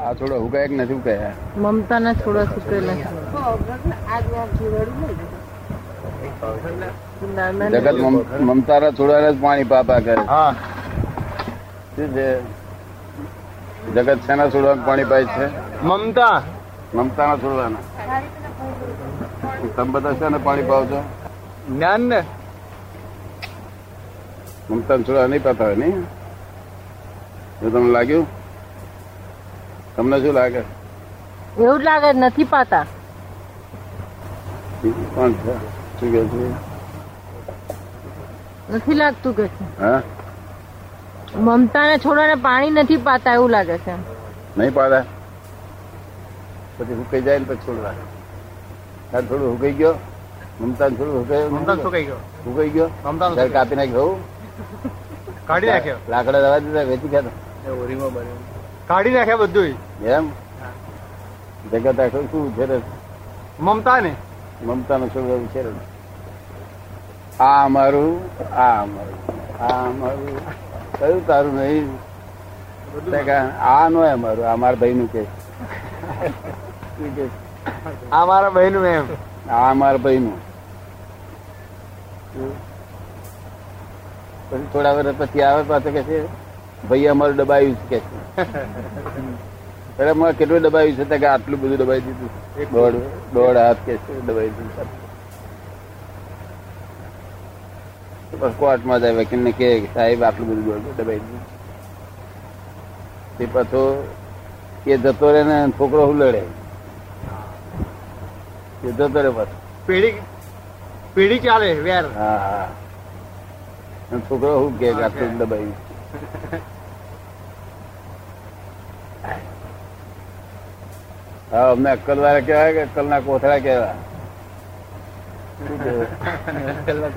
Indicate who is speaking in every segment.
Speaker 1: આ થોડો હુકાય કે નથી હુકાય
Speaker 2: મમતાના છોડા સુકેલા
Speaker 1: જગત મમ- મમતાના છોડવાને જ પાણી પાપા કરે
Speaker 3: હા
Speaker 1: શું છે જગત શેના છોડવાનું પાણી પાય છે
Speaker 3: મમતા
Speaker 1: મમતાના છોડવાના તમે બધા શેને પાણી પાવ છો
Speaker 3: જ્ઞાન ને
Speaker 1: મમતાના છોડવા નહીં પાતા હોય નહીં જો તમને લાગ્યું તમને શું લાગે
Speaker 2: એવું જ લાગે નથી પાતા
Speaker 1: બીજું કોણ છે શું કહે છે
Speaker 2: નથી લાગતું કે છે.
Speaker 1: હા
Speaker 2: મમતાના છોડાને પાણી નથી પાતા એવું લાગે છે
Speaker 1: નહીં પાડે પછી હુકાઈ જાય ને પછી છોડવા તાર થોડું હુકાઈ ગયો મમતા થોડું હુકાયું
Speaker 3: મમતા સુકાઈ ગયો
Speaker 1: હુકાઈ ગયો
Speaker 3: મમતા
Speaker 1: ત્યારે કાપી નાખ્યો
Speaker 3: કાઢી નાખ્યો
Speaker 1: લાકડા દવા દીધા વેચી ગયા
Speaker 3: કાઢી નાખ્યા બધું
Speaker 1: એમ જગત આખું શું ઉછેરે
Speaker 3: મમતા ને
Speaker 1: મમતાનો છોડવો ઉછેરે આ અમારું આ અમારું આ અમારું કયું તારું નહીં તે કહે, આ નો અમારું આ મારા ભાઈનું કે શું કે?
Speaker 3: આ મારા બહેનું એમ
Speaker 1: આ મારા ભાઈનું પછી થોડા વર્ષ પછી આવે પાછો કે છે ભાઈ અમારું ડબાયું છે કે છે અરે અમારે કેટલું દબાયું છે તો કે આટલું બધું દબાઈ દીધું દોઢ દોઢ હાથ કે છે દબાઈ દીધું બસ કોર્ટમાં જાય વકીલ ને કે સાહેબ આટલું બધું દોઢ દબાઈ દીધું તે પાછો એ જતો રહે ને છોકરો હું લડે એ જતો રહે પાછો
Speaker 3: પેઢી પેઢી ચાલે વેર
Speaker 1: હા હા અને છોકરો શું કે કે આટલું જ દબાયું હા અમને અક્કલ વાળા કહેવાય કે અક્કલના કોથળા કહેવાય શું કહેવાય?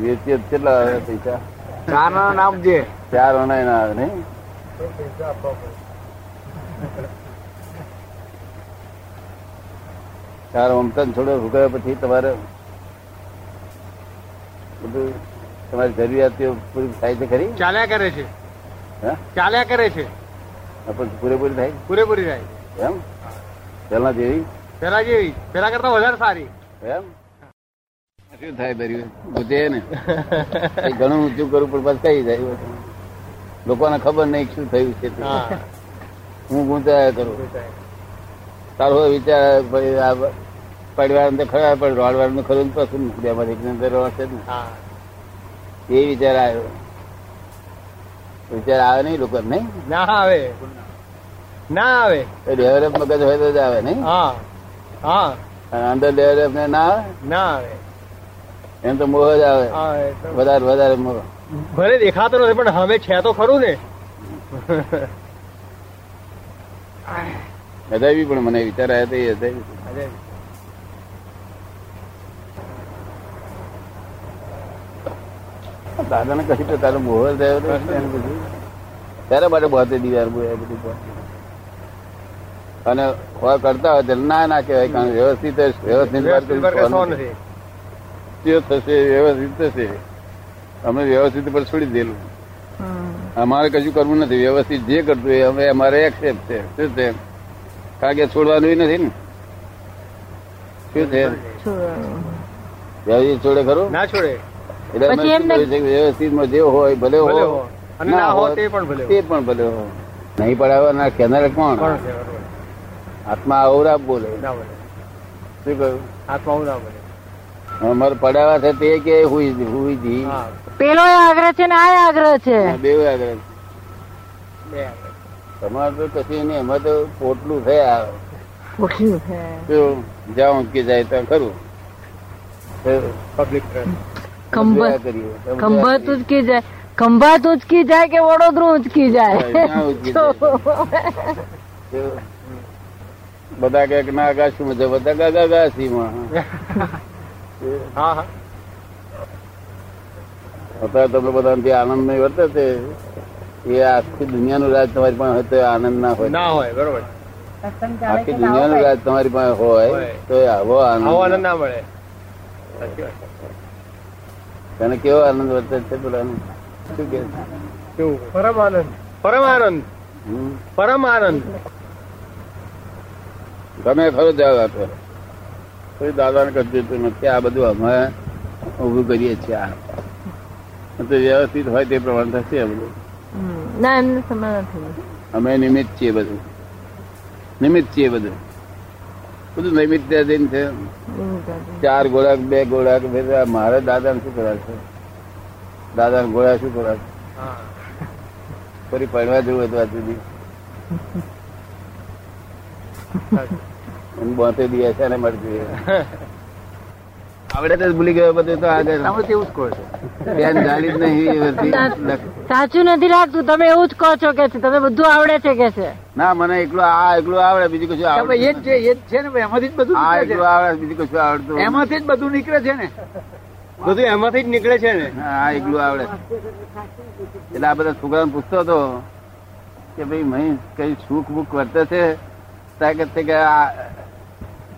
Speaker 1: વેચીએ તો કેટલા આવે પૈસા
Speaker 3: ચાર ના નામ જે
Speaker 1: ચાર ઓનાય ના આવે નહીં ચાર ઓમતન થોડો રૂકાયો પછી તમારે બધું તમારી જરૂરિયાતીઓ પૂરી થાય છે ખરી
Speaker 3: ચાલ્યા કરે છે
Speaker 1: હા
Speaker 3: ચાલ્યા કરે છે
Speaker 1: આપણે પૂરેપૂરી થાય
Speaker 3: પૂરેપૂરી થાય
Speaker 1: એમ પહેલા જેવી
Speaker 3: પેલા જેવી પેલા કરતા વધારે સારી
Speaker 1: એમ શું થાય દરિયું ગુજે ને એ ઘણું ઊંચું કરવું પણ પાછું કઈ જાય લોકોને ખબર નહીં શું થયું છે તે.
Speaker 3: હા
Speaker 1: હું ગુંચાયા કરું તારો હવે વિચાર આવે, ભાઈ આ પડવાનું તો ખરા પણ રોડવાનું ખરું ને પછી બેમાંથી એકને અંદર રોડશે જ
Speaker 3: હા
Speaker 1: ને એ વિચાર આવ્યો વિચાર આવે નહીં લોકો નહીં
Speaker 3: ના આવે ના આવે
Speaker 1: તો ડેવલપ મગજ હોય તો જ આવે નહીં
Speaker 3: હા હા
Speaker 1: અને અંદર ડેવલપ ને ના આવે
Speaker 3: ના આવે
Speaker 1: એમ તો મોહ જ આવે
Speaker 3: આવે તો-
Speaker 1: વધારે વધારે મોહ
Speaker 3: ભલે દેખાતો નથી પણ હવે છે તો ખરું ને
Speaker 1: હદાવી પણ મને વિચાર આવ્યો તો એ હદાવી દાદાને કહી તો તારો મોહ જ રહ્યો નહીં એને બધું. તારા માટે બહતે દિવાર બોયા બધું બહતે. અને હોય કરતા હોય ત્યારે ના ના કહેવાય કારણ કે વ્યવસ્થિત જ- વ્યવસ્થિત વાત
Speaker 3: વ્યવસ્થિત
Speaker 1: કરી
Speaker 3: વર્ગ સો
Speaker 1: સહન
Speaker 3: નથી
Speaker 1: તે થશે વ્યવસ્થિત થશે અમે વ્યવસ્થિત પર છોડી દેલું અમારે કશું કરવું નથી વ્યવસ્થિત જે કરતું એ અમે અમારે એક્સેપ્ટ છે શું છે કારણ કે છોડવાનું નથી ને શું છે વ્યવસ્થિત છોડે ખરું
Speaker 3: ના છોડે
Speaker 1: એટલે અમે
Speaker 2: પછી
Speaker 1: શું
Speaker 2: એમને-
Speaker 1: કર્યું છે કે વ્યવસ્થિતમાં જે હોય ભલે
Speaker 3: ભલે
Speaker 1: હોય
Speaker 3: હો. અને ના હો તે પણ ભલે હો.
Speaker 1: તે પણ ભલે હોય નહીં પડાવવાના કેનાર કોણ
Speaker 3: કોણ છે બરોબર.
Speaker 1: આત્મા અવરા બોલે
Speaker 3: ના ભલે
Speaker 1: શું કહ્યું
Speaker 3: હાથમાં હું ના ભલે
Speaker 1: અમારે પડાવા છે તે કે હુઈ હુઈ જી
Speaker 3: હા
Speaker 2: પેલો આગ્રહ છે ને આ આગ્રહ છે
Speaker 1: બે આગળ
Speaker 3: બે આગળ.
Speaker 1: તમારે તો કશું નહીં એમાં તો પોટલું થયા
Speaker 2: ઓછું છે.
Speaker 1: શું જ્યાં ઊંકી જાય ત્યાં ખરું તો
Speaker 3: પબ્લિક ટ્રસ્ટ
Speaker 2: ખંભા-
Speaker 1: જોયા કર્યું. તમે
Speaker 2: ખંભાત
Speaker 1: જોયા
Speaker 2: ઉચકી જાય ખંભાત ઉચકી જાય કે વડોદરું ઉચકી જાય
Speaker 1: ક્યાં ઉચકી કર્યું. તો બધા કહે કે ના આકાશમાં છે બધા ગાગા ગાસીમાં
Speaker 3: હા હા
Speaker 1: અત્યારે તમને બધાને જે આનંદ નહીં વર્તે તે એ આખી દુનિયાનું રાજ તમારી પાસે હોય તો એ આનંદ ના હોય
Speaker 3: ના હોય બરોબર
Speaker 1: આખી દુનિયાનું રાજ તમારી પાસે હોય
Speaker 3: હોય.
Speaker 1: તો એ આવો
Speaker 3: આવો આનંદ
Speaker 1: આનંદ
Speaker 3: ના મળે સાચી વાત.
Speaker 1: તને કેવો આનંદ વર્તે છે પેલાનું શું કે
Speaker 3: કેવું પરમ આનંદ પરમ આનંદ
Speaker 1: હમ.
Speaker 3: પરમ આનંદ
Speaker 1: તમે ખરો જવાબ આપો કોઈ દાદાને કરતું નથી આ બધું અમે ઉભું કરીએ છીએ આ તો વ્યવસ્થિત હોય તે પ્રમાણે થશે આ બધું
Speaker 2: હમ. ના એમને સમય નથી
Speaker 1: અમે નિમિત્ત છીએ બધું નિમિત્ત છીએ બધું બધું નિમિત્ત જઈને છે
Speaker 2: એવું કાંઈ.
Speaker 1: ચાર ગોળાક બે ગોળાક બે ગોળાક. મારે દાદાને શું કરાશે દાદાને ગોળા શું કરાશે
Speaker 3: હા
Speaker 1: ફરી પડવા જેવું હતું આ સુધી
Speaker 3: સાચું.
Speaker 1: અને બોતેર દિવસ એને મળતી આવડે તો જ ભૂલી ગયો બધું તો આગળ
Speaker 3: તમે તેવું જ કહો છો
Speaker 1: બેન ગાલી જ નહીં એ બધી.
Speaker 2: સાચું નથી લાગતું તમે એવું જ કહો છો કે છે તમે બધું આવડે છે કે છે
Speaker 1: ના મને એકલું આ એકલું આવડે બીજું કશું
Speaker 4: તમે
Speaker 1: આવડે
Speaker 4: એ જ છે એ જ છે ને ભાઈ, એમાંથી જ બધું
Speaker 1: આ
Speaker 4: નીકળે
Speaker 1: એકલું આવડે બીજું કશું આવડતું
Speaker 4: છે એમાંથી જ બધું નીકળે છે ને
Speaker 3: બધું એમાંથી જ નીકળે છે ને
Speaker 1: હા, આ એકલું આવડે એટલે આ બધા છોકરાને પૂછતો હતો કે ભાઈ મહી કઈ સુખ બુખ વર્તે છે ત્યાં કહે છે કે આ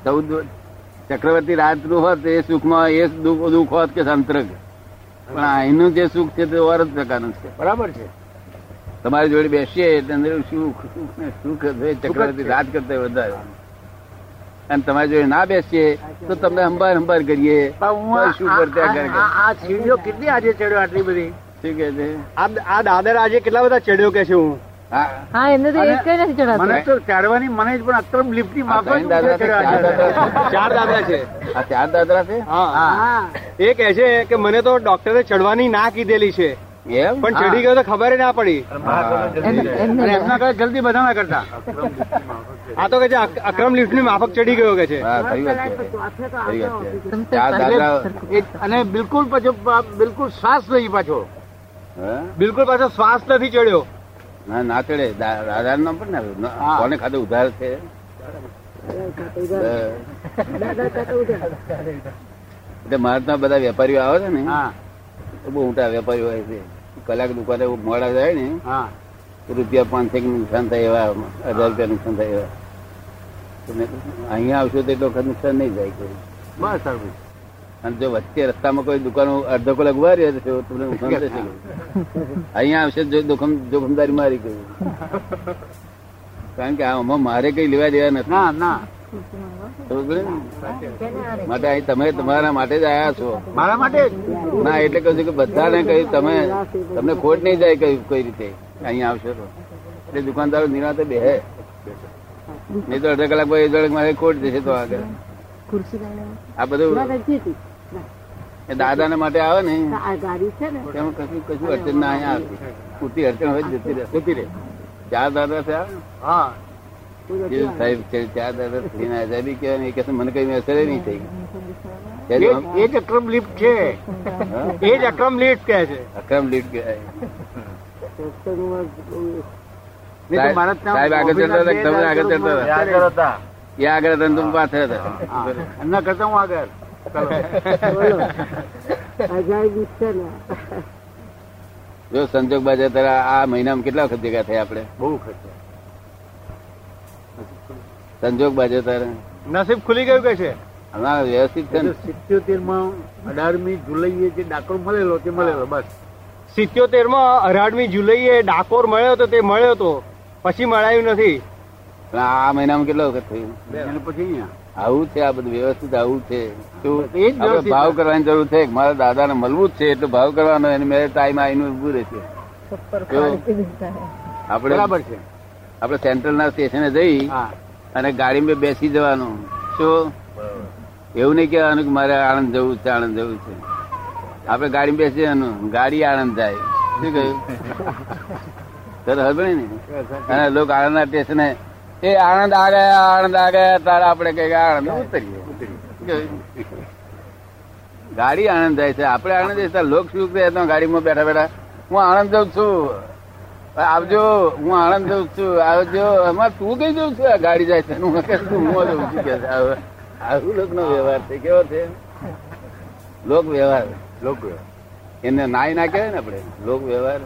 Speaker 1: ચૌદ ચક્રવર્તી રાજ નું હોત એ સુખમાં એ દુઃખ દુઃખ હોત કે સંતર્ક પણ અહીંનું જે સુખ છે તે ઓર જ પ્રકારનું છે
Speaker 4: બરાબર છે
Speaker 1: તમારી જોડે બેસીએ એટલે અંદર સુખ સુખ ને સુખ જ છે. ચક્રવર્તી રાજ કરતા વધારે અને તમારી જોડે ના બેસીએ તો તમને હંબાર હંબાર કરીએ
Speaker 4: પણ હું
Speaker 1: તો શું કરતા
Speaker 4: આ-
Speaker 1: કરે?
Speaker 4: આ- આ- આ સીડીઓ કેટલી આજે ચડ્યો આટલી બધી
Speaker 1: શું કે છે
Speaker 3: આ આ દાદર આજે કેટલા બધા ચડ્યો કે છે હું
Speaker 1: હા
Speaker 2: હા એમને તો એ જ કઈ નથી ચડાતું
Speaker 4: મને તો ચડવાની મને જ પણ અત્યારે લિફ્ટની
Speaker 1: આ
Speaker 4: માફક
Speaker 1: ત્રણ દાદરા છે, ચાર દાદરા છે.
Speaker 3: ચાર દાદા છે
Speaker 1: આ ચાર દાદરા છે
Speaker 3: હા
Speaker 4: હા
Speaker 3: એ કહે છે કે મને તો ડોક્ટરે ચડવાની ના કીધેલી છે
Speaker 1: એમ
Speaker 3: પણ ચડી ગયો તો ખબર ય ના પડી
Speaker 2: એમને- એમને
Speaker 4: અને એમના કરતા જલ્દી બધા ના કરતા
Speaker 3: આ તો કે છે અક- અક્રમ લિફ્ટ ની માફક ચડી ગયો કે છે
Speaker 1: હા, ખરી વાત છે ખરી વાત છે
Speaker 2: તમે તો
Speaker 1: ચાર દાદરા
Speaker 4: એ- અને બિલકુલ પાછો બિલકુલ શ્વાસ નહીં પાછો
Speaker 1: હા?
Speaker 3: બિલકુલ પાછો શ્વાસ નથી ચડ્યો
Speaker 1: ના ના ચડે દા- દાદાનું નામ પણ ના આવ્યું. ના, કોને ખાતે ઉધાર છે એટલે મારે ત્યાં બધા વેપારીઓ આવે છે ને
Speaker 4: હા
Speaker 1: તો બહુ મોટા વેપારીઓ હોય છે કલાક દુકાને મોડા જાય ને
Speaker 4: હા
Speaker 1: તો રૂપિયા પાંચસેક નું નુકસાન થાય એવા હજાર રૂપિયા નુકસાન થાય એવા તો મેં કીધું, અહીંયા આવશો તો એટલો વખત નુકસાન નહીં જાય કોઈ
Speaker 4: બસ સારું
Speaker 1: અને જો વચ્ચે રસ્તામાં કોઈ દુકાનો અડધો કલાક ઉભા રહે તો તમને નુકસાન થશે અહીંયા આવશે તો જોખમ જોખમદારી મારી ગયું કારણ કે આમાં મારે કઈ લેવા દેવા નથી
Speaker 4: ના ના
Speaker 1: સમજ પડી ને? માટે અહીં તમે તમારા માટે જ આયા છો
Speaker 4: મારા માટે જ.
Speaker 1: ના એટલે કહું છું કે બધાને કહ્યું તમે તમને ખોટ નહીં જાય કઈ કઈ રીતે અહીંયા આવશો તો એટલે દુકાનદારો નિરાંતે બેહે નહીં તો અડધા કલાક પછી અડધા મારે ખોટ જશે તો આગળ
Speaker 5: ખુરશી લઈને
Speaker 1: આ બધું
Speaker 5: રજી હતી
Speaker 1: એ દાદાને માટે આવે ને
Speaker 5: આ ગાડી છે ને
Speaker 1: એમાં કશું કશું અડચણ ના અહીંયા આવતી પૂરતી અડચણ હોય તો જતી રહે જતી રહે ચાર દાદા થયા
Speaker 3: હા
Speaker 1: જે સાહેબ છે ચાર દાદા થઈને આઝાદી કહેવાય ને એ કહેશે મને કઈ અસર નહીં થઈ
Speaker 4: એ
Speaker 1: ત્યારે
Speaker 4: જ- એ જ અક્રમ લિફ્ટ છે
Speaker 1: આમ, હા,
Speaker 3: એ જ અક્રમ લિફ્ટ કહે છે
Speaker 1: અક્રમ લીટ કહેવાય
Speaker 4: નહીં તો મારા
Speaker 1: સાહેબ
Speaker 4: ત્યાં
Speaker 1: સાહેબ આગળ ચડતા હતા કે તમે આગળ ચડતા હતા એ આગળ હતા ને તમે પાછળ હતા
Speaker 4: હા. એમના કરતા હું આગળ
Speaker 5: અજાયબી છે ને
Speaker 1: જો સંજોગ બાજા તારા આ મહિનામાં કેટલા વખત ભેગા થયા આપણે
Speaker 4: બહુ ખર્ચો
Speaker 1: સંજોગ બાજા તારા
Speaker 3: નસીબ ખુલી ગયું કે છે
Speaker 1: હમણાં વ્યવસ્થિત છે ને
Speaker 4: સિત્યોતેર માં અઢારમી જુલાઈએ જે ડાકરો મળેલો તે મળેલો બસ
Speaker 3: સિત્યોતેર માં અઢારમી જુલાઈએ ડાકોર મળ્યો તો તે મળ્યો તો પછી મળાયું નથી
Speaker 1: પણ આ મહિનામાં કેટલા વખત થયું
Speaker 4: અને પછી અહીંયા
Speaker 1: આવું છે આ બધું વ્યવસ્થિત આવું છે શું
Speaker 4: એ જ વ્યવસ્થિત.
Speaker 1: આપણે ભાવ કરવાની જરૂર છે કે મારા દાદાને મળવું જ છે એટલે ભાવ કરવાનો એને મેં ટાઈમ આવીને ઉભું રહેશે આપણે
Speaker 4: બરાબર છે
Speaker 1: આપણે સેન્ટ્રલ ના સ્ટેશને જઈ
Speaker 4: હા
Speaker 1: અને ગાડીમાં બેસી જવાનું શું એવું નહીં કહેવાનું કે મારે આણંદ જવું છે આણંદ જવું છે આપણે ગાડીમાં બેસી જવાનું ગાડી આણંદ જાય શું કહ્યું તરત હલભણે ને અને લોકો આણંદના સ્ટેશને એ આણંદ આ ગયા આણંદ આ ગયા તારે આપણે કઈ આણંદ ઉતરીએ શું કહ્યું? ગાડી આણંદ જાય છે આપણે આણંદ જઈએ ત્યારે લોક શું કહે તો ગાડીમાં બેઠા બેઠા હું આણંદ જઉં છું આવજો હું આણંદ જઉં છું આવજો એમાં તું કઈ જઉં છું આ ગાડી જાય છે હું કહે છું, હું જઉં છું કે છે. આવું- આવું લોકનો વ્યવહાર છે કેવો છે લોક વ્યવહાર
Speaker 4: લોકો
Speaker 1: એને નાય ના કહેવાય ને આપણે લોક વ્યવહાર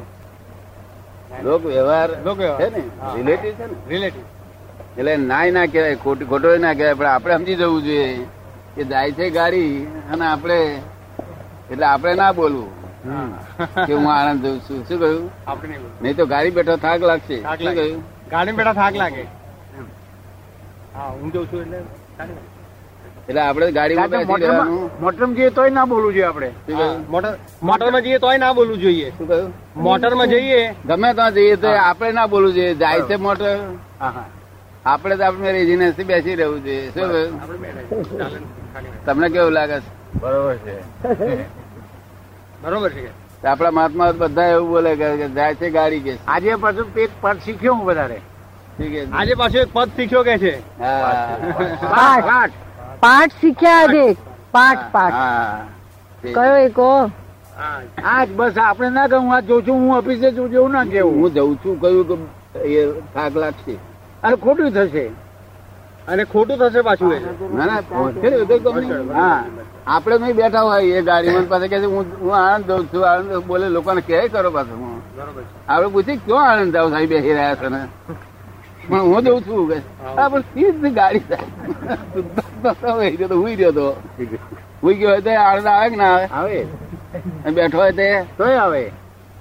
Speaker 1: લોક વ્યવહાર
Speaker 3: લોક વ્યવહાર.
Speaker 1: છે ને રિલેટિવ છે ને
Speaker 3: રિલેટિવ
Speaker 1: એટલે નાય ના કહેવાય ખોટ- ખોટો ના કહેવાય પણ આપણે સમજી જવું જોઈએ કે જાય છે ગાડી અને આપણે એટલે આપણે ના બોલવું કે હું આણંદ જઉં છું શું કહ્યું
Speaker 3: આપણે નહીં બોલવું.
Speaker 1: નહીં તો ગાડી બેઠો થાક લાગશે
Speaker 3: થાક
Speaker 1: શું
Speaker 3: લાગે.
Speaker 1: કહ્યું
Speaker 3: ગાડી બેઠા થાક લાગે એમ. હા હું જઉં છું એટલે ચાલે ને.
Speaker 1: એટલે આપણે ગાડીમાં બેસી રહેવાનું.
Speaker 4: મોટરમ જઈએ તોય ના બોલવું જોઈએ આપણે
Speaker 1: શું
Speaker 3: હા,
Speaker 1: કહ્યું?
Speaker 3: મોટર મોટરમાં જઈએ તોય ના બોલવું જોઈએ
Speaker 1: શું કહ્યું
Speaker 3: મોટરમાં જઈએ
Speaker 1: ગમે ત્યાં જઈએ તો આપણે ના બોલવું જોઈએ જાય છે મોટર
Speaker 4: હા હા
Speaker 1: આપણે તો આપણે રેઝિડન્સથી બેસી રહેવું જોઈએ શું કહ્યું
Speaker 3: આપણે બેઠા ચાલે ને. ખાલી બેઠા.
Speaker 1: તમને કેવું લાગે છે
Speaker 4: બરોબર છે
Speaker 3: બરોબર છે
Speaker 1: તો આપણા મહાત્મા બધા એવું બોલે કે કે જાય છે ગાડી કે
Speaker 4: આજે પાછું પેટ પાઠ શીખ્યો હું વધારે
Speaker 1: ઠીક છે
Speaker 3: આજે પાછો એક પદ શીખ્યો કે છે
Speaker 1: હા
Speaker 4: પાઠ પાઠ.
Speaker 2: પાઠ શીખ્યા આજે પાઠ પાઠ
Speaker 1: હા ઠીક.
Speaker 2: કયો એ કહો
Speaker 3: હા
Speaker 4: આ જ બસ આપણે ના કહું હું આ જોઉં છું હું ઓફિસે જોઉં છું એવું ના
Speaker 1: હું
Speaker 4: કેવું
Speaker 1: જઉં છું કહ્યું કે એ થાક લાગશે
Speaker 4: અને ખોટું થશે
Speaker 3: અને ખોટું થશે પાછું એ
Speaker 1: ના ના પહોંચશે ને, એ તો ગમે. હા આપણે નહીં બેઠા હોય એ ગાડીમાં પાસે કે હું હું આણંદ જઉં છું આણંદ જઉં છું. બોલે લોકોને કહે કરો પાછું હું
Speaker 3: બરોબર છે
Speaker 1: આપણે પૂછી ક્યો આણંદ આવો સાહેબ બેસી રહ્યા છો ને પણ હું જઉં છું કે હા પણ સીધી ગાડી સાહેબ એ રહ્યો તો હુઈ રહ્યો તો હુઈ ગયો હોય તો આણંદ આવે કે ના આવે
Speaker 4: આવે
Speaker 1: અને બેઠો હોય તે
Speaker 4: તોય આવે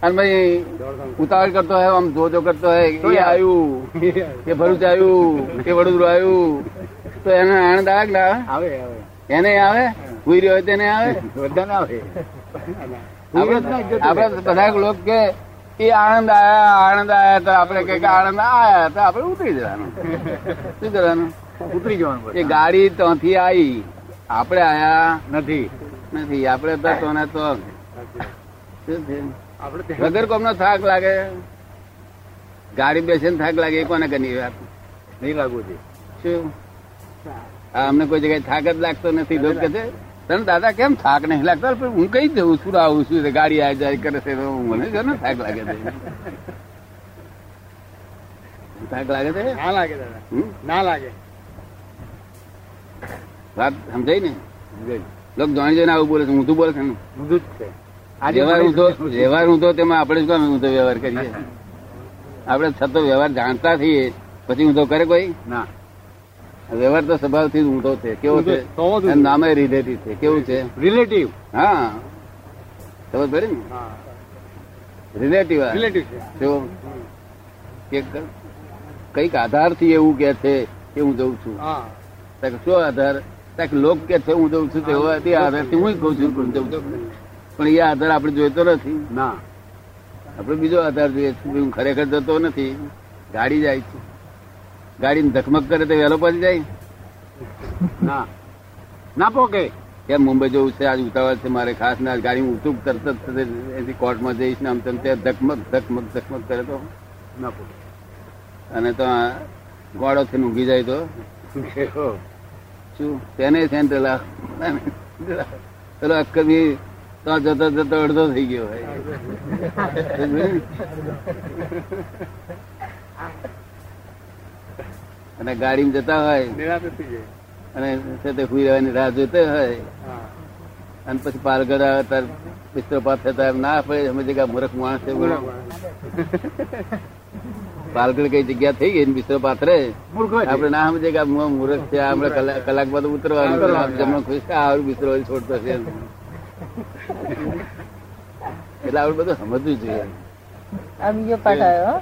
Speaker 1: અને ભાઈ ઉતાવળ કરતો હોય આમ જોજો કરતો હોય એ આવ્યું કે ભરૂચ આવ્યું કે વડોદરા આવ્યું તો એને આણંદ આવે કે ના આવે
Speaker 4: આવે આવે
Speaker 1: એને આવે હુઈ રહ્યો હોય તેને આવે
Speaker 4: બધાને આવે
Speaker 1: આપણે આપણે બધા લોકો કે એ આણંદ આયા આણંદ આયા તો આપણે કહે કે આણંદ આયા તો આપણે ઉતરી જવાનું શું કરવાનું
Speaker 4: ઉતરી જવાનું
Speaker 1: એ
Speaker 4: બસ.
Speaker 1: ગાડી ત્યાંથી આવી આપણે આયા
Speaker 4: નથી
Speaker 1: નથી આપણે તો તોને તો શું થયું?
Speaker 3: આપણે ત્યાં
Speaker 1: વગર કોમનો થાક લાગે ગાડી બેસીને થાક લાગે એ કોને ગની વાત
Speaker 4: નહીં લાગવું છે
Speaker 1: શું આ અમને કોઈ જગ્યાએ થાક જ લાગતો નથી લોકો કહે છે તને દાદા કેમ થાક નહીં લાગતો અરે પણ હું કઈ દઉં છું આવું છું એટલે ગાડી આ જાય કરે છે તો મને છે ને થાક લાગે છે થાક લાગે છે
Speaker 3: ના લાગે દાદા
Speaker 1: હમ?
Speaker 3: ના લાગે
Speaker 1: વાત સમજાય ને લોકો જાણી જોઈને આવું બોલે છે ઊંધું બોલે છે ને
Speaker 4: ઊંધું જ છે
Speaker 1: વ્યવહાર ઊંધો વ્યવહાર ઊંધો તેમાં આપણે શું કામ ઊંધો વ્યવહાર કરીએ આપણે છતો વ્યવહાર જાણતા થઈએ પછી ઊંધો કરે કોઈ
Speaker 4: ના
Speaker 1: વ્યવહાર તો સ્વભાવથી જ ઊંધો છે કેવો છે
Speaker 3: ઊંધો, તો જ ઊંધો.
Speaker 1: એનું નામે રિલેટિવ છે કેવું છે
Speaker 4: રિલેટિવ
Speaker 1: હા ખબર પડી ને
Speaker 3: હા
Speaker 1: રિલેટિવ આ.
Speaker 3: રિલેટિવ છે
Speaker 1: જો કે ક- કઈક આધારથી એવું કે છે કે હું જઉં છું
Speaker 3: હા
Speaker 1: તાકે શું આધાર તાકે લોક કે છે હું જઉં છું તેવો તે આધારથી હું કહું છું કે હું જઉં છું પણ એ આધાર આપણે જોઈતો નથી
Speaker 4: ના
Speaker 1: આપણે બીજો આધાર જોઈએ છે કે હું ખરેખર જતો નથી ગાડી જાય છે ગાડી ધકમક કરે તો વહેલો પહોંચી જાય
Speaker 4: ના ના પોકે
Speaker 1: કેમ મુંબઈ જવું છે આજ ઉતાવળ છે મારે ખાસ ના ગાડી હું ઉતરું તરત જ એથી કોર્ટમાં જઈશ ને આમ તેમ ત્યાં ધકમક ધકમક ધકમક કરે તો
Speaker 4: ના પોકે
Speaker 1: અને તો આ ગોળો થઈને ઊંઘી જાય તો
Speaker 4: હો.
Speaker 1: શું તેને છે ને પેલા પેલો અક્કર બી તો જતો જતો અડધો થઈ ગયો હોય અને ગાડીમાં જતા હોય
Speaker 3: નિરાતે થઈ જાય
Speaker 1: અને છે તે હુઈ રહેવાની રાહ જોતે હોય
Speaker 3: હા
Speaker 1: અને પછી પાલગઢ આવે તાર પિસ્તરો પાસ થતા એમ ના પડે સમજે કે આ મૂર્ખ માણસ છે પાલગઢ કઈ જગ્યા થઈ ગઈ ને બિસ્તરો પાથરે
Speaker 4: મૂર્ખો છે.
Speaker 1: આપડે ના સમજે કે આ મુ- મૂર્ખ છે આપણે કલા- કલાક બાદ ઉતરવાનું છે. આપ જમણો ખુશ છે, આવડું બિસ્તરો વળી છોડતો છે એટલે આવડું બધું સમજવું જોઈએ
Speaker 2: આ બીજો પાઠ આવ્યો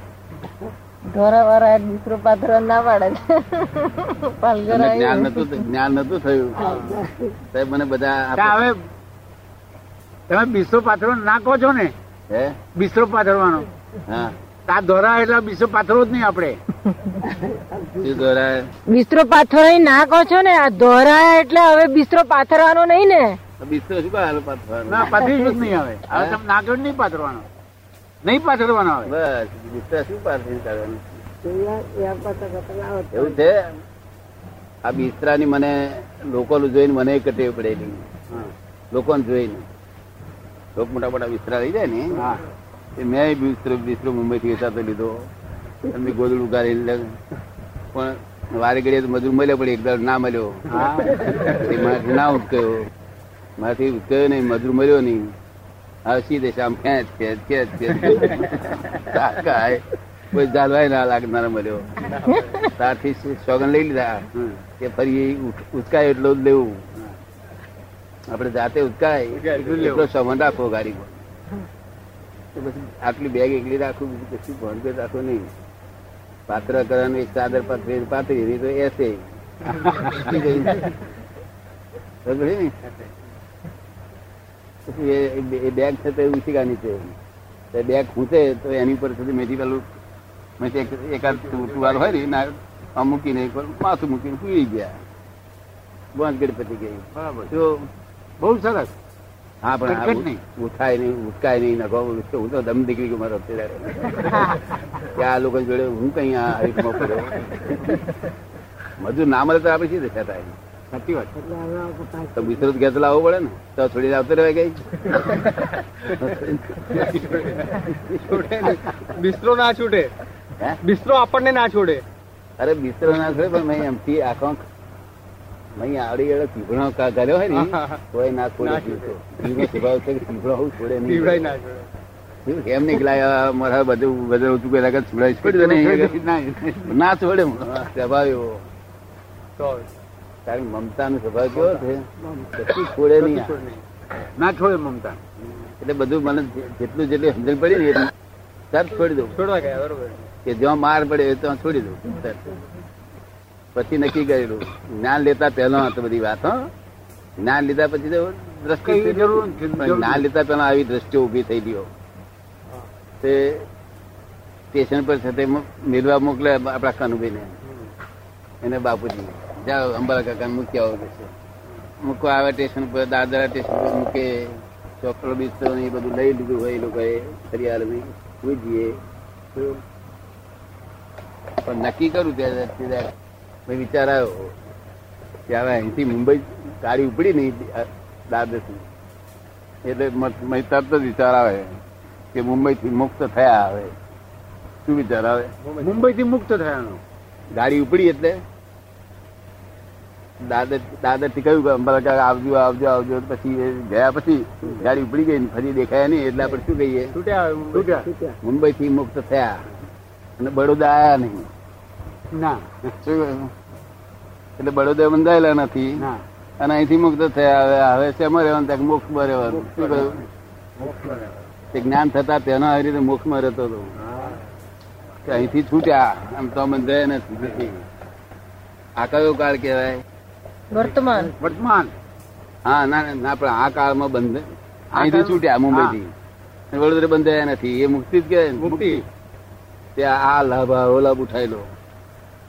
Speaker 2: ધોરા વાળા દીકરો પાત્ર ના પાડે છે પાલઘર
Speaker 1: તમને જ્ઞાન
Speaker 2: આવ્યું
Speaker 1: નતું થ- જ્ઞાન નતું થયું સાહેબ મને બધા
Speaker 4: તા
Speaker 1: આપે-
Speaker 4: હવે તમે બિસ્તરો પાથરો ના કહો છો ને
Speaker 1: હે
Speaker 4: બિસ્તરો પાથરવાનો
Speaker 1: હા
Speaker 4: તા ધોરા એટલે બિસ્તરો પાથરો જ નહીં આપણે
Speaker 1: શું દોરાય
Speaker 2: બિસ્તરો પાથરો એ ના કહો છો ને આ ધોરા એટલે હવે બિસ્તરો પાથરવાનો નહીં ને
Speaker 1: બિસ્તરો શું કાલ પાથવાનું
Speaker 4: ના પાથરી જ નહીં આવે હવે તમે ના કહો નહીં પાથરવાનો નહીં પાથરવાનો આવે
Speaker 1: બસ બિસ્તરા શું પાથરી કાઢવાનું
Speaker 5: એમ કરતા કરતા લાવો તો.
Speaker 1: એવું છે આ બિસ્તરાની મને લોકો જોઈને મને એક ટેવ પડેલી લોકોને જોઈને લોક મોટા મોટા બિસ્તરા લઈ જાય ને
Speaker 4: હા
Speaker 1: એ મેં બિસ્તરો બિસ્તરો મુંબઈથી વેચાતો લીધો એમની ગોદડું ઉગારી લીધા. પણ વારે ઘડીએ તો મજૂર મળ્યો પણ એક દાડો ના મળ્યો
Speaker 4: હા
Speaker 1: એ મારાથી ના ઉટક્યો મારાથી ઉટક્યો નહીં મજૂર મળ્યો નહીં હવે સીધે આમ ખેંચ ખેંચ ખેંચ ખેંચ કાય કોઈ જાલવાય ના લાગનાર મળ્યો તારથી સોગન લઈ લીધા
Speaker 4: હમ.
Speaker 1: કે ફરી એ ઉટ- ઉચકાય એટલો જ લેવું આપણે જાતે ઉચકાય
Speaker 4: એટલું જ લેવું.
Speaker 1: એટલો સામાન રાખવો ગાડીમાં તો પછી આટલી બેગ એકલી રાખું બીજું કશું ભણગત રાખો નહીં પાત્ર કરવાનું એક ચાદર પાથરી પાથરી રહી તો એસે સમજ પડી ને? પછી એ- એ- એ બેગ છે તો એ ઉચીકાની છે તો એ બેગ ખૂંચે તો એની ઉપર સુધી મેથી પેલું મેથી એક- એકાદ ટુવાલ હોય ને ના આમ મૂકીને એક વાર માથું મૂકીને પૂરી ગયા બંધ ગણપતિ ગઈ
Speaker 4: બરાબર
Speaker 1: જો
Speaker 4: બહુ સરસ
Speaker 1: હા પણ આ
Speaker 4: કટકટ નહીં.
Speaker 1: ઉઠાય નહીં ઉઠકાય નહીં નખો હું તો દમ દીકરી ગયો મારો અત્યારે કે આ લોકો જોડે હું કઈ આ હરીફમાં પડ્યો મજૂર ના મળે તો આપણે શી દશા થાય
Speaker 4: સાચી વાત
Speaker 5: એટલે હવે આ પાછું
Speaker 1: તો બિસ્તરો ઘેર તો લાવવો પડે ને તો છોડી આવતો રહેવાય ગઈ
Speaker 3: છોડે નહીં. બિસ્તરો ના છૂટે
Speaker 1: હે?
Speaker 3: બિસ્તરો આપણને ના છોડે
Speaker 1: અરે બિસ્તરો ના છોડે પણ મેં એમથી આખો મેં આવડી એડો પીપળો કાઢ્યો હોય ને તોય ના
Speaker 3: ના
Speaker 1: છોડે
Speaker 3: છોડે.
Speaker 1: પીપળો સ્વભાવ છે કે પીપળો આવું છોડે
Speaker 3: પીવડાય
Speaker 1: નહીં
Speaker 3: ના છોડે
Speaker 1: એમ નહીં કે લાય, મારા બધું બધું ઊંચું કર્યા કરતા છોડાય છોડી દો ને એ કે ના છોડે હું. સ્વભાવ એવો
Speaker 3: તો
Speaker 1: તારી મમતા નો સ્વભાવ કેવો છે કશું છોડે નહીં આ.
Speaker 3: છોડ નહીં.
Speaker 4: ના છોડે મમતા
Speaker 1: એટલે બધું મને જે- જેટલું જેટલું સમજણ પડી ને એટલું તરત છોડી દઉં
Speaker 3: છોડવા ગયા બરોબર
Speaker 1: કે જ્યાં માર પડે ત્યાં છોડી દઉં તરત. પછી નક્કી કરેલું જ્ઞાન લેતા પહેલા આ તો બધી વાત હો જ્ઞાન લીધા પછી તો દ્રષ્ટિ
Speaker 4: કઈ
Speaker 1: થઈ
Speaker 4: જરૂર
Speaker 1: ગઈ.
Speaker 4: નથી.
Speaker 1: પણ
Speaker 4: જરૂર
Speaker 1: જ્ઞાન લેતા પહેલા આવી દ્રષ્ટિ ઉભી થઈ ગયો તે સ્ટેશન પર સાથે મેળવા મોકલે આપણા કનુભાઈને એને બાપુજી જાઓ અંબાલા કાકાને મૂકી આવો કે છે મૂકવા આવે સ્ટેશન પર દાદરા સ્ટેશન પર મૂકે ચોકડો બિસ્તરો ને એ બધું લઈ લીધું હોય એ લોકોએ ફરિયાદ નહીં પૂજીએ તો પણ નક્કી કરું ત્યારે ત્યારે મેં વિચાર આવ્યો કે હવે અહીંથી મુંબઈ ગાડી ઉપડી નહીં દાદરથી એટલે મત- મને તરત જ વિચાર આવે કે મુંબઈથી મુક્ત થયા આવે શું વિચાર આવે
Speaker 4: મુંબઈ થી મુક્ત થયાનો
Speaker 1: ગાડી ઉપડી એટલે દાદર દાદરથી કહ્યું કે અંબાલા કાકા આવજો આવજો આવજો પછી એ ગયા પછી ગાડી ઉપડી ગઈ ને ફરી દેખાયા નહીં એટલે આપણે શું કહીએ
Speaker 3: છૂટ્યા હવે મુંબઈ.
Speaker 4: છૂટ્યા
Speaker 5: છૂટ્યા.
Speaker 1: મુંબઈથી મુક્ત થયા અને બરોડા આવ્યા નહીં
Speaker 4: ના
Speaker 1: શું કહ્યું? એટલે બળોદે બંધાયેલા નથી
Speaker 4: ના
Speaker 1: અને અહીંથી મુક્ત થયા હવે હવે શેમાં રહેવાનું ત્યાં મોક્ષમાં રહેવાનું શું કહ્યું? તે જ્ઞાન થતા તેનો આવી રીતે મોક્ષમાં રહેતો હતો કે અહીંથી છૂટ્યા આમ તો બંધાય નથી આ કયો કાળ કહેવાય
Speaker 2: વર્તમાન
Speaker 4: વર્તમાન
Speaker 1: હા ના ના, ના પણ આ કાળમાં બંધ અહીંથી
Speaker 4: કાળમાં?
Speaker 1: છૂટ્યા મુંબઈથી વડોદરા બંધાયા નથી એ મુક્તિ જ કહેવાય ને.
Speaker 3: મુક્તિ
Speaker 1: ત્યાં આ લાભ આ લાભ ઉઠાયેલો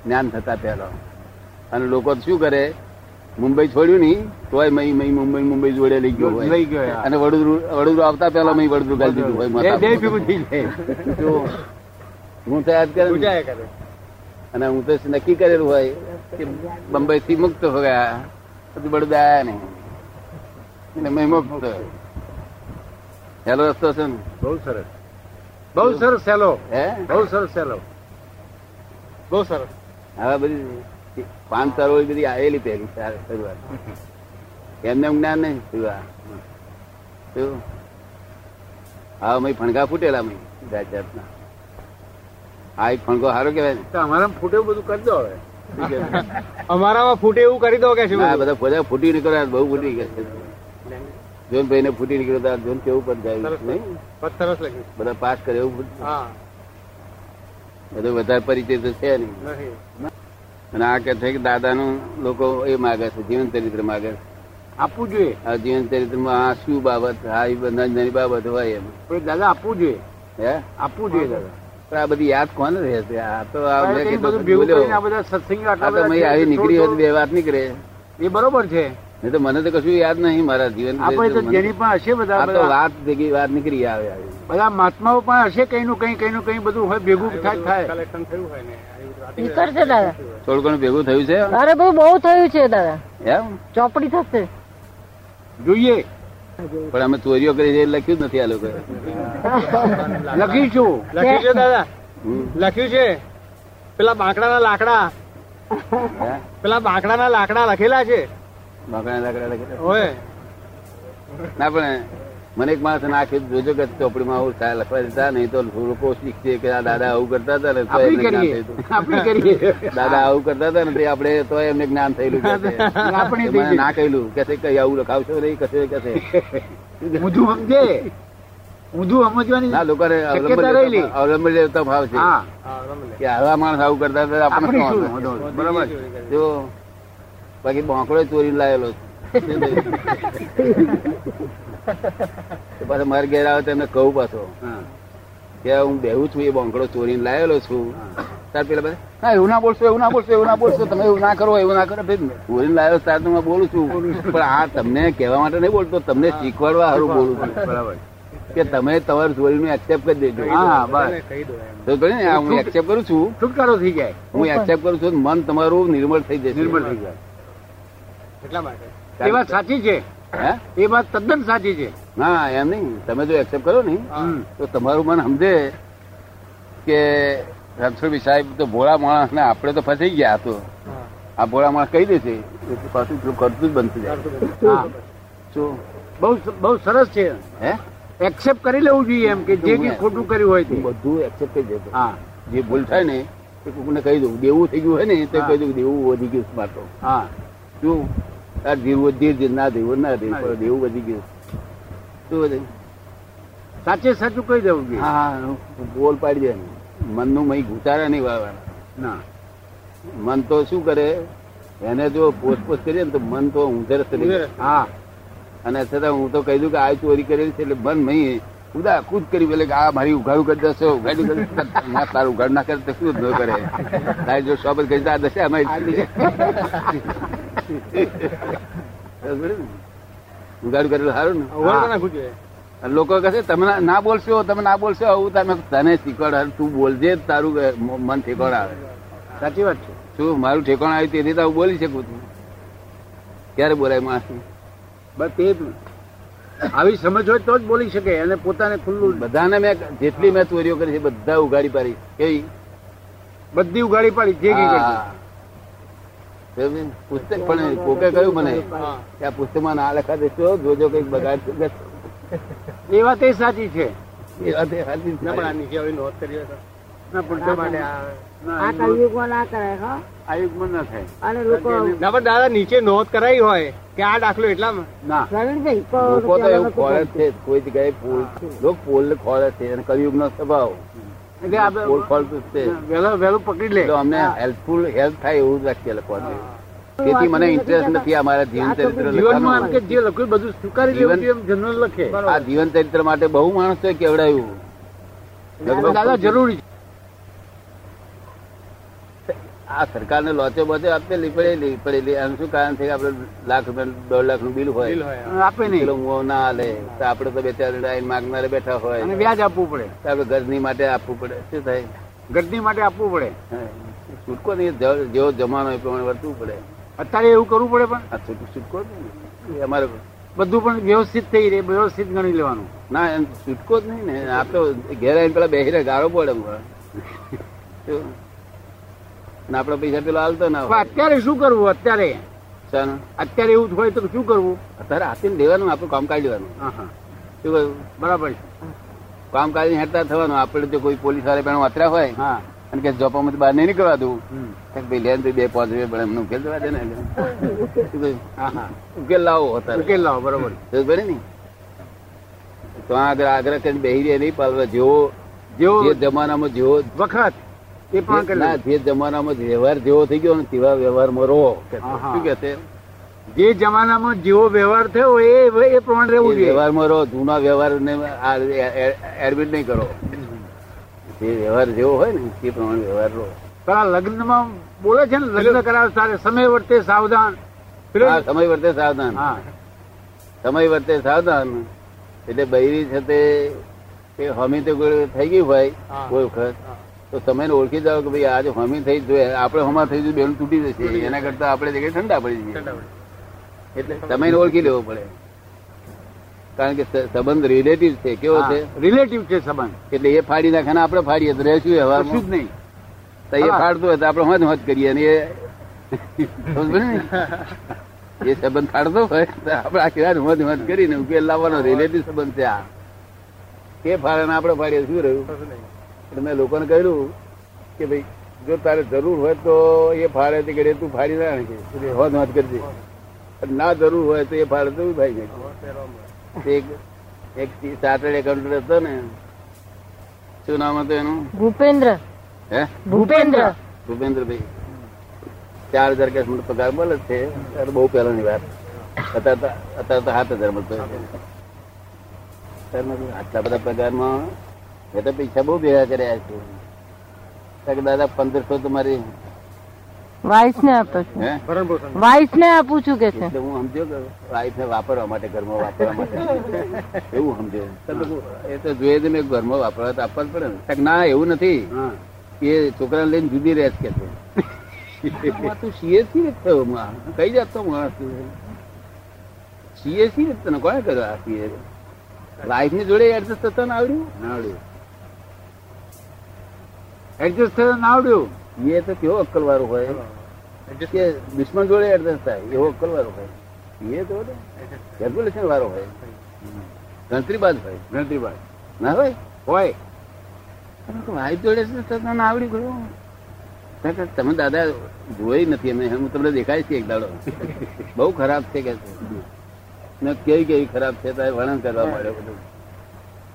Speaker 1: જ્ઞાન થતા પહેલો અને લોકો શું કરે મુંબઈ છોડ્યું નહીં તોય મય મય મુંબઈ મુંબઈ જોડે લઈ ગયો હોય
Speaker 4: લઈ ગયો યાર.
Speaker 1: અને વડોદરા વડોદરા આવતા પહેલા મય વડોદરું ગાલી દીધું હોય
Speaker 4: બે- બે
Speaker 1: માથા
Speaker 4: ભેગું થઈ જાય
Speaker 1: પર. જો હું તો યાદ કરું ને,
Speaker 3: છૂટ્યા કરે
Speaker 1: અને હું તો નક્કી કરેલું હોય કે બંબઈ થી મુક્ત હો ગયા પછી વડોદરા આયા નહીં અને મેં મુક્ત હેલો રસ્તો છે ને
Speaker 4: બહુ સરસ બહુ સરસ સેલો
Speaker 1: હે
Speaker 4: બહુ સરસ સેલો
Speaker 3: બહુ સરસ
Speaker 1: હવે બધી પાંચ તારોળી બધી આવેલી પહેલી તાર- શરૂઆત એમને એમ જ્ઞાન નહીં થયું આ. શું? હા અમે ફણગા ફૂટેલા અમે જાત જાતના આ એક ફણગો સારો કહેવાય ને
Speaker 4: તો અમારા ફૂટે બધું કરી દો
Speaker 1: શું
Speaker 4: હવે
Speaker 1: કહેવાય?
Speaker 3: અમારામાં ફૂટે એવું કરી દો કે છે
Speaker 1: ના,
Speaker 3: બધું?
Speaker 1: બધા બધા ફૂટી નીકળ્યા બહુ ફૂટી નીકળ્યા જોન ભાઈ ને ફૂટી નીકળ્યો તો આ જોન કેવું પણ જાય
Speaker 3: સરસ
Speaker 1: નહીં?
Speaker 3: બસ સરસ લખ્યું
Speaker 1: બધા પાસ કરે એવું ફૂટ-
Speaker 3: હા
Speaker 1: બધો વધારે પરિચય તો છે નહીં
Speaker 3: નથી
Speaker 1: અને આ કે છે કે દાદાનું લોકો એ માગે છે જીવન ચરિત્ર માગે છે
Speaker 4: આપવું જોઈએ
Speaker 1: આ જીવન ચરિત્રમાં આ શું બાબત આ એ બધા નાની બાબત હોય એમ
Speaker 4: પણ દાદા આપવું જોઈએ
Speaker 1: હે
Speaker 4: આપવું જોઈએ દાદા
Speaker 1: પણ આ બધી યાદ કોને રહેશે આ તો આ મેં
Speaker 4: કંઈ
Speaker 1: કેટલો
Speaker 4: બધું ભેગું
Speaker 1: બોલ્યો.
Speaker 4: કરીને આ બધા સત્સંગ
Speaker 1: આ તો મેં આવી નીકળી હોય તો બે વાત નીકળે
Speaker 4: એ બરોબર છે
Speaker 1: નહીં તો મને તો કશું યાદ નહીં મારા જીવન
Speaker 4: આપણે તો
Speaker 1: મને-
Speaker 4: જેની પણ હશે બધા
Speaker 1: આ તો
Speaker 4: બધા
Speaker 1: વાત ભેગી વાત નીકળી આવે આવી
Speaker 4: બધા મહાત્માઓ પણ હશે કઈ નું કઈ કઈ નું કઈ બધું હોય ભેગું થાય થાય
Speaker 3: કલેક્શન થયું હોય ને આવી બધી વાતો
Speaker 2: નીકળશે દાદા
Speaker 1: થોડું ઘણું ભેગું થયું છે
Speaker 2: અરે બહુ બહુ થયું છે દાદા
Speaker 1: એમ
Speaker 2: ચોપડી થશે
Speaker 4: જોઈએ
Speaker 1: પણ અમે ચોરીઓ કરી છે એ લખ્યું જ નથી આ લોકોએ
Speaker 4: લખીશું
Speaker 3: લખ્યું છે દાદા
Speaker 1: હમ.
Speaker 3: લખ્યું છે પેલા બાંકડાના લાકડા
Speaker 1: હે?
Speaker 3: પેલા બાંકડાના લાકડા લખેલા છે
Speaker 1: બાંકડાના લાકડા લખેલા.
Speaker 3: હોય
Speaker 1: ના પણ મને એક માણસ નાખ્યું જોજો કે ચોપડીમાં આવું થાય લખવા દેતા નહીં તો લોકો શીખશે કે આ દાદા આવું કરતા હતા ને તો એમને જ્ઞાન
Speaker 4: આપણી કરીએ
Speaker 1: થયું હતું.
Speaker 4: આપણી કરીએ
Speaker 1: દાદા આવું કરતા હતા ને તે આપણે તો એમને જ્ઞાન થયેલું કે છે.
Speaker 4: આપણે
Speaker 1: તે મને ના કહેલું કે છે કઈ આવું લખાવશો નહીં કશે કશે
Speaker 4: ઊંધું સમજે ઊંધું સમજવાની
Speaker 1: ના લોકોને
Speaker 4: શક્યતા રહેલી.
Speaker 1: અવલંબન લેતા ભાવ છે
Speaker 4: હા
Speaker 3: હા, રમલે.
Speaker 1: કે આવા માણસ આવું કરતા હતા આપણે
Speaker 4: આપણે શું
Speaker 1: શું વાંધો?
Speaker 4: વાંધો?
Speaker 1: બરાબર જો બાકી બોંકડો ચોરી લાવેલો પાછો મારે ઘેર આવે તો એમને કહું પાછો
Speaker 4: હા.
Speaker 1: કે હું બેહું છું એ બોંકડો ચોરી લાવેલો છું તાર પેલા બધા હા એવું ના બોલશો એવું ના બોલશો એવું ના બોલશો તમે એવું ના કરો એવું ના કરો ચોરી લાવ્યો તાર તો હું બોલું છું પણ આ તમને કહેવા માટે નહીં બોલતો તમને શીખવાડવા સારું બોલું છું
Speaker 4: બરાબર
Speaker 1: કે તમે તમારું ચોરીનું એક્સેપ્ટ કરી દેજો
Speaker 4: હા, હા,
Speaker 3: બધાને
Speaker 4: બસ.
Speaker 3: કહી દો એમ.
Speaker 1: તો કહ્યું ને, આ હું એક્સેપ્ટ કરું છું
Speaker 4: છુટકારો થઈ જાય
Speaker 1: હું એક્સેપ્ટ કરું છું મન તમારું નિર્મળ થઈ જશે
Speaker 4: નિર્મળ થઈ જાય
Speaker 3: એટલા માટે
Speaker 4: એ વાત સાચી છે
Speaker 1: હે?
Speaker 4: એ વાત તદ્દન સાચી છે
Speaker 1: ના એમ નહીં તમે જો એક્સેપ્ટ કરો ને
Speaker 3: હા.
Speaker 4: હમ.
Speaker 1: તો તમારું મન સમજે કે રણછોડભાઈ સાહેબ તો ભોળા માણસ ને આપણે તો ફસાઈ ગયા આ તો
Speaker 3: હા.
Speaker 1: આ ભોળા માણસ કહી દેશે એટલે પાછું પેલું કરતું જ બનતું જાય
Speaker 3: સારું બધું.
Speaker 4: હા.
Speaker 1: શું?
Speaker 4: બહુ સ- બહુ સરસ છે
Speaker 1: હે
Speaker 4: એક્સેપ્ટ કરી લેવું જોઈએ એમ કે જે કઈ ખોટું કર્યું હોય
Speaker 1: હું
Speaker 4: તે
Speaker 1: બધું એક્સેપ્ટ કરી દેતો
Speaker 4: હા
Speaker 1: જે ભૂલ થાય ને એ કોઈને કહી દઉં દેવું થઈ ગયું હોય ને તો
Speaker 4: હા.
Speaker 1: કહી દઉં દેવું વધી ગયું છે મારે તો
Speaker 4: હા
Speaker 1: શું આ ધીરવું ધીર ધીર ના દેવું ના દેવું
Speaker 4: ના
Speaker 1: પણ દેવું વધી ગયું શું વધ્યું?
Speaker 4: સાચે સાચું કહી દેવું જોઈએ
Speaker 1: હા બોલ પાડી દે મનનું મય ઘૂંટારા નહીં વાળવાના
Speaker 4: ના
Speaker 1: મન તો શું કરે એને જો પોસપોસ કરીએ ને તો મન તો ઊંધરસ થઈ જાય.
Speaker 4: હા
Speaker 1: અને છતાં હું તો કહી દઉં કે આ ચોરી કરેલી છે એટલે મન નહીં ઉદા કૂદ કરી એટલે કે આ મારી ઉઘાડું કરી દેશે ઉઘાડું કરી દેશે. ના, તારું ઉઘાડ ના કરે તો શું ન કરે તારી જો શોપ જ કરી દે, આ દશે અમારી બરાબર ને? ઉઘાડું કરેલું સારું ને
Speaker 3: અવળો ના ખૂટ્યો એ.
Speaker 1: અને લોકો કહે છે, તમે ના- ના બોલશો તમે ના બોલશો આવું તમે તને શીખવાડ તું બોલજે જ તારું મન ઠેકોડ આવે
Speaker 4: સાચી વાત છે
Speaker 1: શું મારું ઠેકાણ આવ્યું તેથી તો હું બોલી શકું છું ક્યારે બોલાય માણસ
Speaker 4: બસ તે જ ને. આવી સમજ હોય તો જ બોલી શકે અને પોતાને ખુલ્લું
Speaker 1: બધાને મેં જેટલી મેં ચોરીઓ કરી છે બધા ઉગાડી પાડી કેવી
Speaker 4: બધી ઉગાડી પાડી જે કઈ કરતી.
Speaker 1: હા. સમજી? પુસ્તક પણ કોકે કહ્યું મને
Speaker 3: હા.
Speaker 1: કે આ પુસ્તકમાં ના લખા દેશો જોજો કઈક બગાડ થશે.
Speaker 4: એ વાત એ સાચી છે
Speaker 1: એ વાત એ સાચી
Speaker 3: ના,
Speaker 1: જ
Speaker 3: પણ આ
Speaker 1: છે.
Speaker 3: નીચે આવી નોંધ કરી હોય તો.
Speaker 4: ના પણ
Speaker 3: એટલા માટે આ-
Speaker 4: ના,
Speaker 5: આ કલયુગમાં ના કરાય હો
Speaker 4: આયુગમાં ના થાય
Speaker 5: અને લોકો
Speaker 3: ના પણ દાદા નીચે નોંધ કરાઈ હોય કે આ દાખલો એટલામાં
Speaker 4: ના
Speaker 5: પ્રવીણભાઈ સો
Speaker 1: લોકો તો
Speaker 5: રૂપિયા
Speaker 1: એવું
Speaker 5: વાળો
Speaker 1: ખોળે જ છે કોઈ જગ્યાએ પોલ લોક પોલ ખોળે છે અને કલયુગનો સ્વભાવ
Speaker 4: એટલે આપણે-
Speaker 1: પોલ ખોળતું જ છે
Speaker 4: વહેલો વહેલું પકડી લે
Speaker 1: તો અમને હેલ્પફુલ હેલ્પ થાય એવું જ રાખીએ લખવાનું તેથી મને ઇન્ટરેસ્ટ નથી અમારા જીવન ચરિત્ર
Speaker 4: જીવનમાં
Speaker 1: લખવાનું
Speaker 4: એમ કે જે લખ્યું એ બધું સ્વીકારી લેવું
Speaker 1: જીવન-
Speaker 4: જોઈએ એમ જનરલ લખે
Speaker 1: આ જીવન ચરિત્ર માટે બહુ માણસો કેવડાયું લગભગ
Speaker 4: દાદા જરૂરી છે
Speaker 1: આ સરકારને લોચો બોચો આપેલી પડેલી પડેલી આનું શું કારણ છે કે આપણે લાખ રૂપિયા દોઢ લાખ નું બિલ
Speaker 3: બિલ
Speaker 1: હોય
Speaker 3: હોય
Speaker 4: આપે
Speaker 1: પેલો
Speaker 4: નહીં
Speaker 1: ઊંઘો ના હાલે તો આપણે તો બે ચાર લાઈન માગનારે બેઠા હોય
Speaker 4: અને
Speaker 1: તો
Speaker 4: વ્યાજ આપવું પડે
Speaker 1: આપણે ઘરની માટે આપવું પડે શું થાય
Speaker 4: ગઢની માટે આપવું પડે
Speaker 1: હા. છૂટકો નહીં જ- જેવો જમાનો હોય એ પ્રમાણે વર્તવું પડે
Speaker 4: અત્યારે એવું કરવું પડે પણ
Speaker 1: આ છૂટ- છૂટકો જ નહીં ને. એ અમારે
Speaker 4: બધું પણ વ્યવસ્થિત થઈ રહે વ્યવસ્થિત ગણી લેવાનું
Speaker 1: ના એમ છૂટકો જ નહીં ને આ તો ઘેર આવીને પેલા બેહીને ગાળો પડે અમારે. શું? ને આપડે પૈસા પેલો હાલતો ના
Speaker 4: પણ
Speaker 1: હોય
Speaker 4: અત્યારે શું કરવું અત્યારે
Speaker 1: શાનો?
Speaker 4: અત્યારે એવું હોય તો શું કરવું
Speaker 1: અત્યારે આપીને દેવાનું આપણું કામ કાઢી લેવાનું
Speaker 4: હા હા
Speaker 1: શું કહ્યું
Speaker 4: બરાબર છે
Speaker 1: કામ કાઢી હેરતા થવાનું આપણે જો કોઈ પોલીસ વાળા પણ વાતરા હોય
Speaker 4: હા
Speaker 1: અને કે જોપામાંથી બહાર નહીં નીકળવા દઉં
Speaker 4: હમ.
Speaker 1: તો ભાઈ લેન બે પાંચ રૂપિયા પણ એમને ઉકેલ દેવા દે ને શું કહ્યું?
Speaker 4: હા હા
Speaker 1: ઉકેલ લાવો અત્યારે
Speaker 4: ઉકેલ લાવો બરાબર
Speaker 1: સમજ પડી ને તો આ આગળ આગ્રહ કરીને બેહી રહે નહીં પાલવા જેવો જે
Speaker 4: જેવો
Speaker 1: જમાનામાં જેવો
Speaker 4: વખત એ પણ કરી
Speaker 1: ના
Speaker 4: લેવું.
Speaker 1: જે જમાનામાં જે વ્યવહાર જેવો થઈ ગયો ને તેવા વ્યવહારમાં રહો કે છે.
Speaker 4: આહા.
Speaker 1: શું કે છે?
Speaker 4: જે જમાનામાં જેવો વ્યવહાર થયો એ એ પ્રમાણે રહેવું
Speaker 1: એ
Speaker 4: જોઈએ
Speaker 1: વ્યવહારમાં રહો જૂના વ્યવહાર ને એડમિટ નહીં કરો જે વ્યવહાર જેવો હોય ને તે પ્રમાણે વ્યવહાર રહો
Speaker 4: પણ આ લગ્નમાં બોલે છે ને લગ્ન કરાવે સારે સમય વર્તે સાવધાન પેલો-
Speaker 1: હા, સમય વર્તે સાવધાન
Speaker 4: હા
Speaker 1: સમય વર્તે સાવધાન એટલે બૈરી છે તે એ હમી તો કોઈ થઈ ગઈ હોય
Speaker 3: હા.
Speaker 1: કોઈ વખત તો તમે ઓળખી જાઓ કે ભાઈ આજે હમી થઈ જો આપણે હમા થઈ જુ બેનું તૂટી જશે એના કરતા આપણે જગ્યાએ ઠંડા પડી જઈએ એટલે તમે ઓળખી લેવો પડે કારણ કે સ- સંબંધ રિલેટિવ છે કેવો છે
Speaker 4: રિલેટિવ છે સંબંધ
Speaker 1: એટલે એ ફાડી નાખે ને આપણે ફાડીએ તો રહેશું
Speaker 4: કશું
Speaker 1: વ્યવહારમાં
Speaker 4: જ નહીં
Speaker 1: તો એ ફાડતું હોય તો આપણે હજ હજ કરીએ અને એ સમજ પડી ને? એ સંબંધ ફાડતો હોય તો આપણે આખી રાત હજ હજ કરીને ઉકેલ લાવવાનો રિલેટિવ સંબંધ છે આ એ ફાડે ને આપણે ફાડીએ શું રહ્યું
Speaker 3: કશું નહીં
Speaker 1: એટલે મેં લોકોને કહ્યું કે ભાઈ જો તારે જરૂર હોય તો એ ફાળે તે ઘડીએ તું ફાડી ના નાખે એટલે હોદ હોદ કરજે અને ના જરૂર હોય તો એ ફાળે તો ઉભાઈ જાય
Speaker 3: હવે પહેરવામાં.
Speaker 1: તે એક એક ચાર્ટર્ડ એકાઉન્ટન્ટ હતો ને શું નામ હતું એનું
Speaker 2: ભૂપેન્દ્ર
Speaker 1: હે
Speaker 2: ભૂપેન્દ્ર
Speaker 1: ભૂપેન્દ્રભાઈ ચાર હજાર કેશ મને પગાર મળે છે ત્યારે બહુ પહેલાની વાત અત્યારે તો અત્યારે તો સાત હજાર મળતો છે ત્યારે મેં કીધું, આટલા બધા પગારમાં મેં તો પૈસા બહુ ભેગા કર્યા છે ત્યારે કે દાદા પંદરસો તમારી
Speaker 2: વાઇસ ને આપો છો
Speaker 1: હે
Speaker 4: ભરણ પોષણ
Speaker 2: વાઇસ ને આપું છું કે છે
Speaker 1: એટલે હું સમજો કે વાઈફને વાપરવા માટે ઘરમાં વાપરવા માટે એવું સમજો તમે કહો, એ તો જોઈએ છે ને ઘરમાં વાપરવા તો આપવા જ પડે ને સાહેબ, ના એવું નથી
Speaker 4: હા
Speaker 1: એ છોકરા લઈને જુદી રહેશ કે છે હું આ તું સીએ સી રીત થયો હું આ? કઈ જાતનો માણસ તું સીએ સી રીત તને કોણે કર્યો આ સીએ લાઈફ ની જોડે એડજસ્ટ થતા ને આવડ્યું
Speaker 4: ના આવડ્યું એડજસ્ટ થયો ના આવડ્યું
Speaker 1: એ તો કેવો અક્કલ વાળો હોય કે દુશ્મન જોડે એડજસ્ટ થાય એવો અક્કલ વાળો હોય એ તો કેલ્ક્યુલેશન વાળો હોય ગણતરીબાજ હોય
Speaker 4: ગણતરીભાઈ
Speaker 1: ના હોય
Speaker 4: હોય
Speaker 1: તમે તો વાઈફ જોડે છે તો તને આવડી ગયું મેં કહ્યું, તમે દાદા જોઈ નથી અમે હું તમને દેખાય છે એક દાડો બહુ ખરાબ છે કે છે. મેં કેવી કેવી ખરાબ છે તારે વર્ણન કરવા માંડ્યો બધું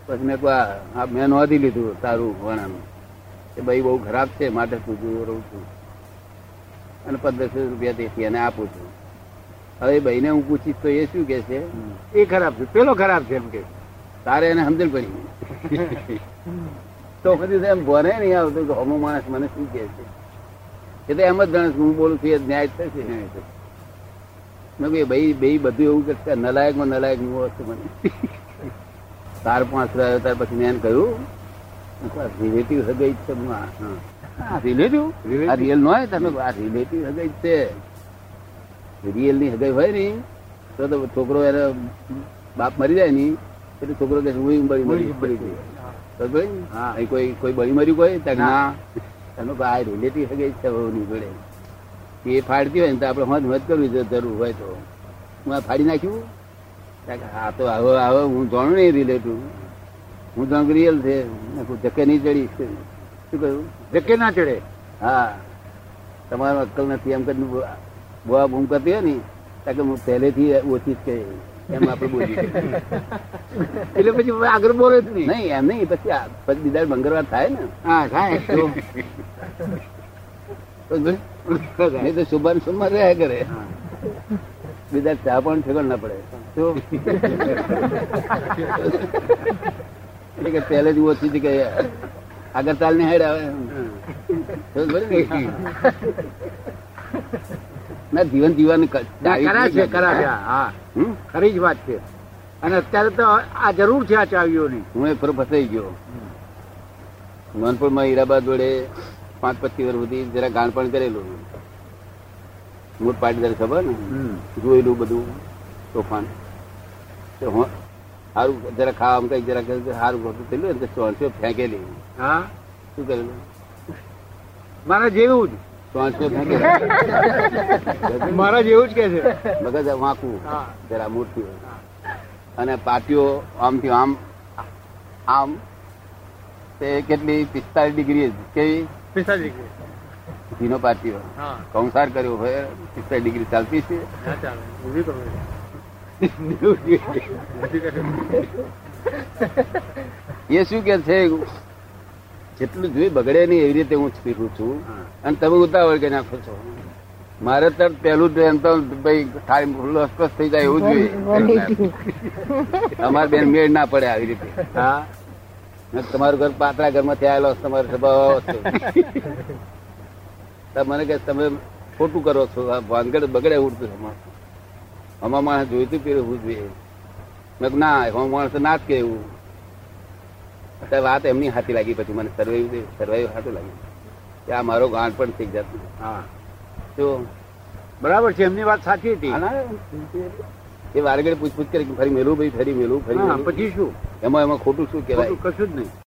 Speaker 1: પછી મેં કહ્યું, આ- આ મેં નોંધી લીધું તારું વર્ણન કે ભાઈ બહુ ખરાબ છે માટે તું જોયો રહું છું અને પંદરસો રૂપિયા દેતી અને આપું છું હવે ભાઈને હું પૂછીશ તો એ શું કે છે
Speaker 4: એ ખરાબ છે પેલો ખરાબ છે એમ કે
Speaker 1: તારે એને સમજણ પડી તો કદી એમ ભણે નહીં આવતું કે અમુક માણસ મને શું કહે છે એ તો એમ જ જાણે છે, હું બોલું છું એ ન્યાય થશે ન્યાય થશે મેં કહ્યું ભાઈ બે બધું એવું કે છે, નલાયકમાં નલાયક હું હશે મને તાર પાંચ રહ્યો ત્યાર પછી મેં એને કહ્યું રિલેટિવ હગઈ જ છે હું આ. હા રિલેટિવ
Speaker 4: Relative?
Speaker 1: આ રિયલ નો હોય તમે આ રિલેટિવ હગાઈ જ છે રિયલ ની હગાઈ હોય ને તો તો છોકરો એને બાપ મરી જાય ને એટલે છોકરો કે હું બળી મરી
Speaker 4: હું
Speaker 1: બળી
Speaker 4: બળી
Speaker 1: ગઈ
Speaker 4: ગઈ.
Speaker 1: તો ભાઈ,
Speaker 4: હા.
Speaker 1: અહીં કોઈ કોઈ બળી મર્યું કોઈ તો કે
Speaker 4: ના.
Speaker 1: ના તમે કહો, આ રિલેટિવ હગાઈ જ છે વહુની જોડે એ ફાડતી હોય ને તો આપણે હોંધ હોંધ કરવી જો જરૂર હોય તો હું આ ફાડી નાખ્યું તો કે હા તો આવો આવો હું જાણું નહીં રિલેટિવ હું જાણું રિયલ છે મેં કહ્યું, ધક્કે નહીં ચડી શું કહ્યું
Speaker 4: ધક્કે ના ચડે
Speaker 1: હા તમારો અક્કલ નથી એમ કરીને બો- બોવા બૂમ કરતી હોય ને કારણ કે હું પહેલેથી ઓછી જ કહી એમ આપણે બોલી
Speaker 4: એટલે પછી હવે આગળ બોલે જ નહીં
Speaker 1: નહીં એમ નહીં પછી આ- પછી બીજા દાડે મંગળવાર થાય ને
Speaker 4: હા થાય તો.
Speaker 1: તો જો- નહીં તો શુભાન સુમર રહ્યા કરે બીજા ચા પણ ઠેકર ના પડે તો એટલે કે પહેલે જ ઓછી હતી કે આગળ ચાલ ને હેડ આવે સમજ પડી ને? ના જીવન જીવવાની ક-
Speaker 4: ના, કરા છે કરા છે હા
Speaker 1: હમ?
Speaker 4: ખરી જ વાત છે અને અત્યારે તો આ જરૂર છે આ ચાવીઓની
Speaker 1: હું એક ફરો ફસાઈ ગયો નાનપણમાં હીરાબાદ જોડે પાંચ પચીસ વર્ષ સુધી જરા ગાણપણ કરેલું મૂળ પાટીદાર ખબર ને જોયેલું બધું તોફાન તો હું સારું જરા ખાવા કઈ જરા સારું ખોટું થયેલું એટલે ચોણસીઓ ફેંકેલી
Speaker 4: હા
Speaker 1: શું કરેલું
Speaker 4: મારા જેવું જ
Speaker 1: ચોણસીઓ ફેંકેલી
Speaker 3: મારા જેવું જ કે છે
Speaker 1: મગજ વાંકું
Speaker 4: હા.
Speaker 1: જરા મૂર્તિઓ અને પાટીઓ આમથી આમ આમ તે કેટલી પિસ્તાળીસ ડિગ્રી કેવી
Speaker 3: પિસ્તાલીસ ડિગ્રી.
Speaker 1: ઘીનો પાટીઓ
Speaker 3: હા
Speaker 1: કંસાર કર્યો હોય પિસ્તાળીસ ડિગ્રી ચાલતી છે
Speaker 3: ના ચાલે ઊભી કરો એ.
Speaker 1: એ શું કે છે જેટલું જોઈ બગડે નહીં એવી રીતે હું ફીરું છું અને તમે ઉતાવળ કરી નાખો છો મારે તો પહેલું તો એમ તો ભાઈ થાળી ખુલ્લો અસ્પષ્ટ થઈ જાય એવું જોઈએ અમારે બેન મેળ ના પડે આવી રીતે
Speaker 4: હા
Speaker 1: મેં કીધું, તમારું ઘર પાતળા ઘરમાંથી આવેલો હશે, તમારો સ્વભાવ આવો છે." તો મને કે તમે ખોટું કરો છો આ વાનગડ બગડે ઉડતું છે અમારું. આમાં માણસ જોઈતું પીરું હોવું જોઈએ મેં કીધું, ના એમાં માણસ ના જ કે એવું અત્યારે વાત એમની હાથી લાગી પછી મને સર્વાઈવ સર્વાઈવ હાથું લાગ્યું કે આ મારો ગાંઠ પણ થઈ જતું
Speaker 4: હા
Speaker 1: જો
Speaker 4: બરાબર છે એમની વાત સાચી હતી
Speaker 1: આ ના, એ વારગડે પૂછપૂછ કરી કે ફરી મેલું ભાઈ ફરી મેલું ફરી
Speaker 4: હા
Speaker 1: મેલું.
Speaker 4: પછી શું
Speaker 1: એમાં એમાં ખોટું શું કહેવાય
Speaker 4: ખોટું કશું જ નહીં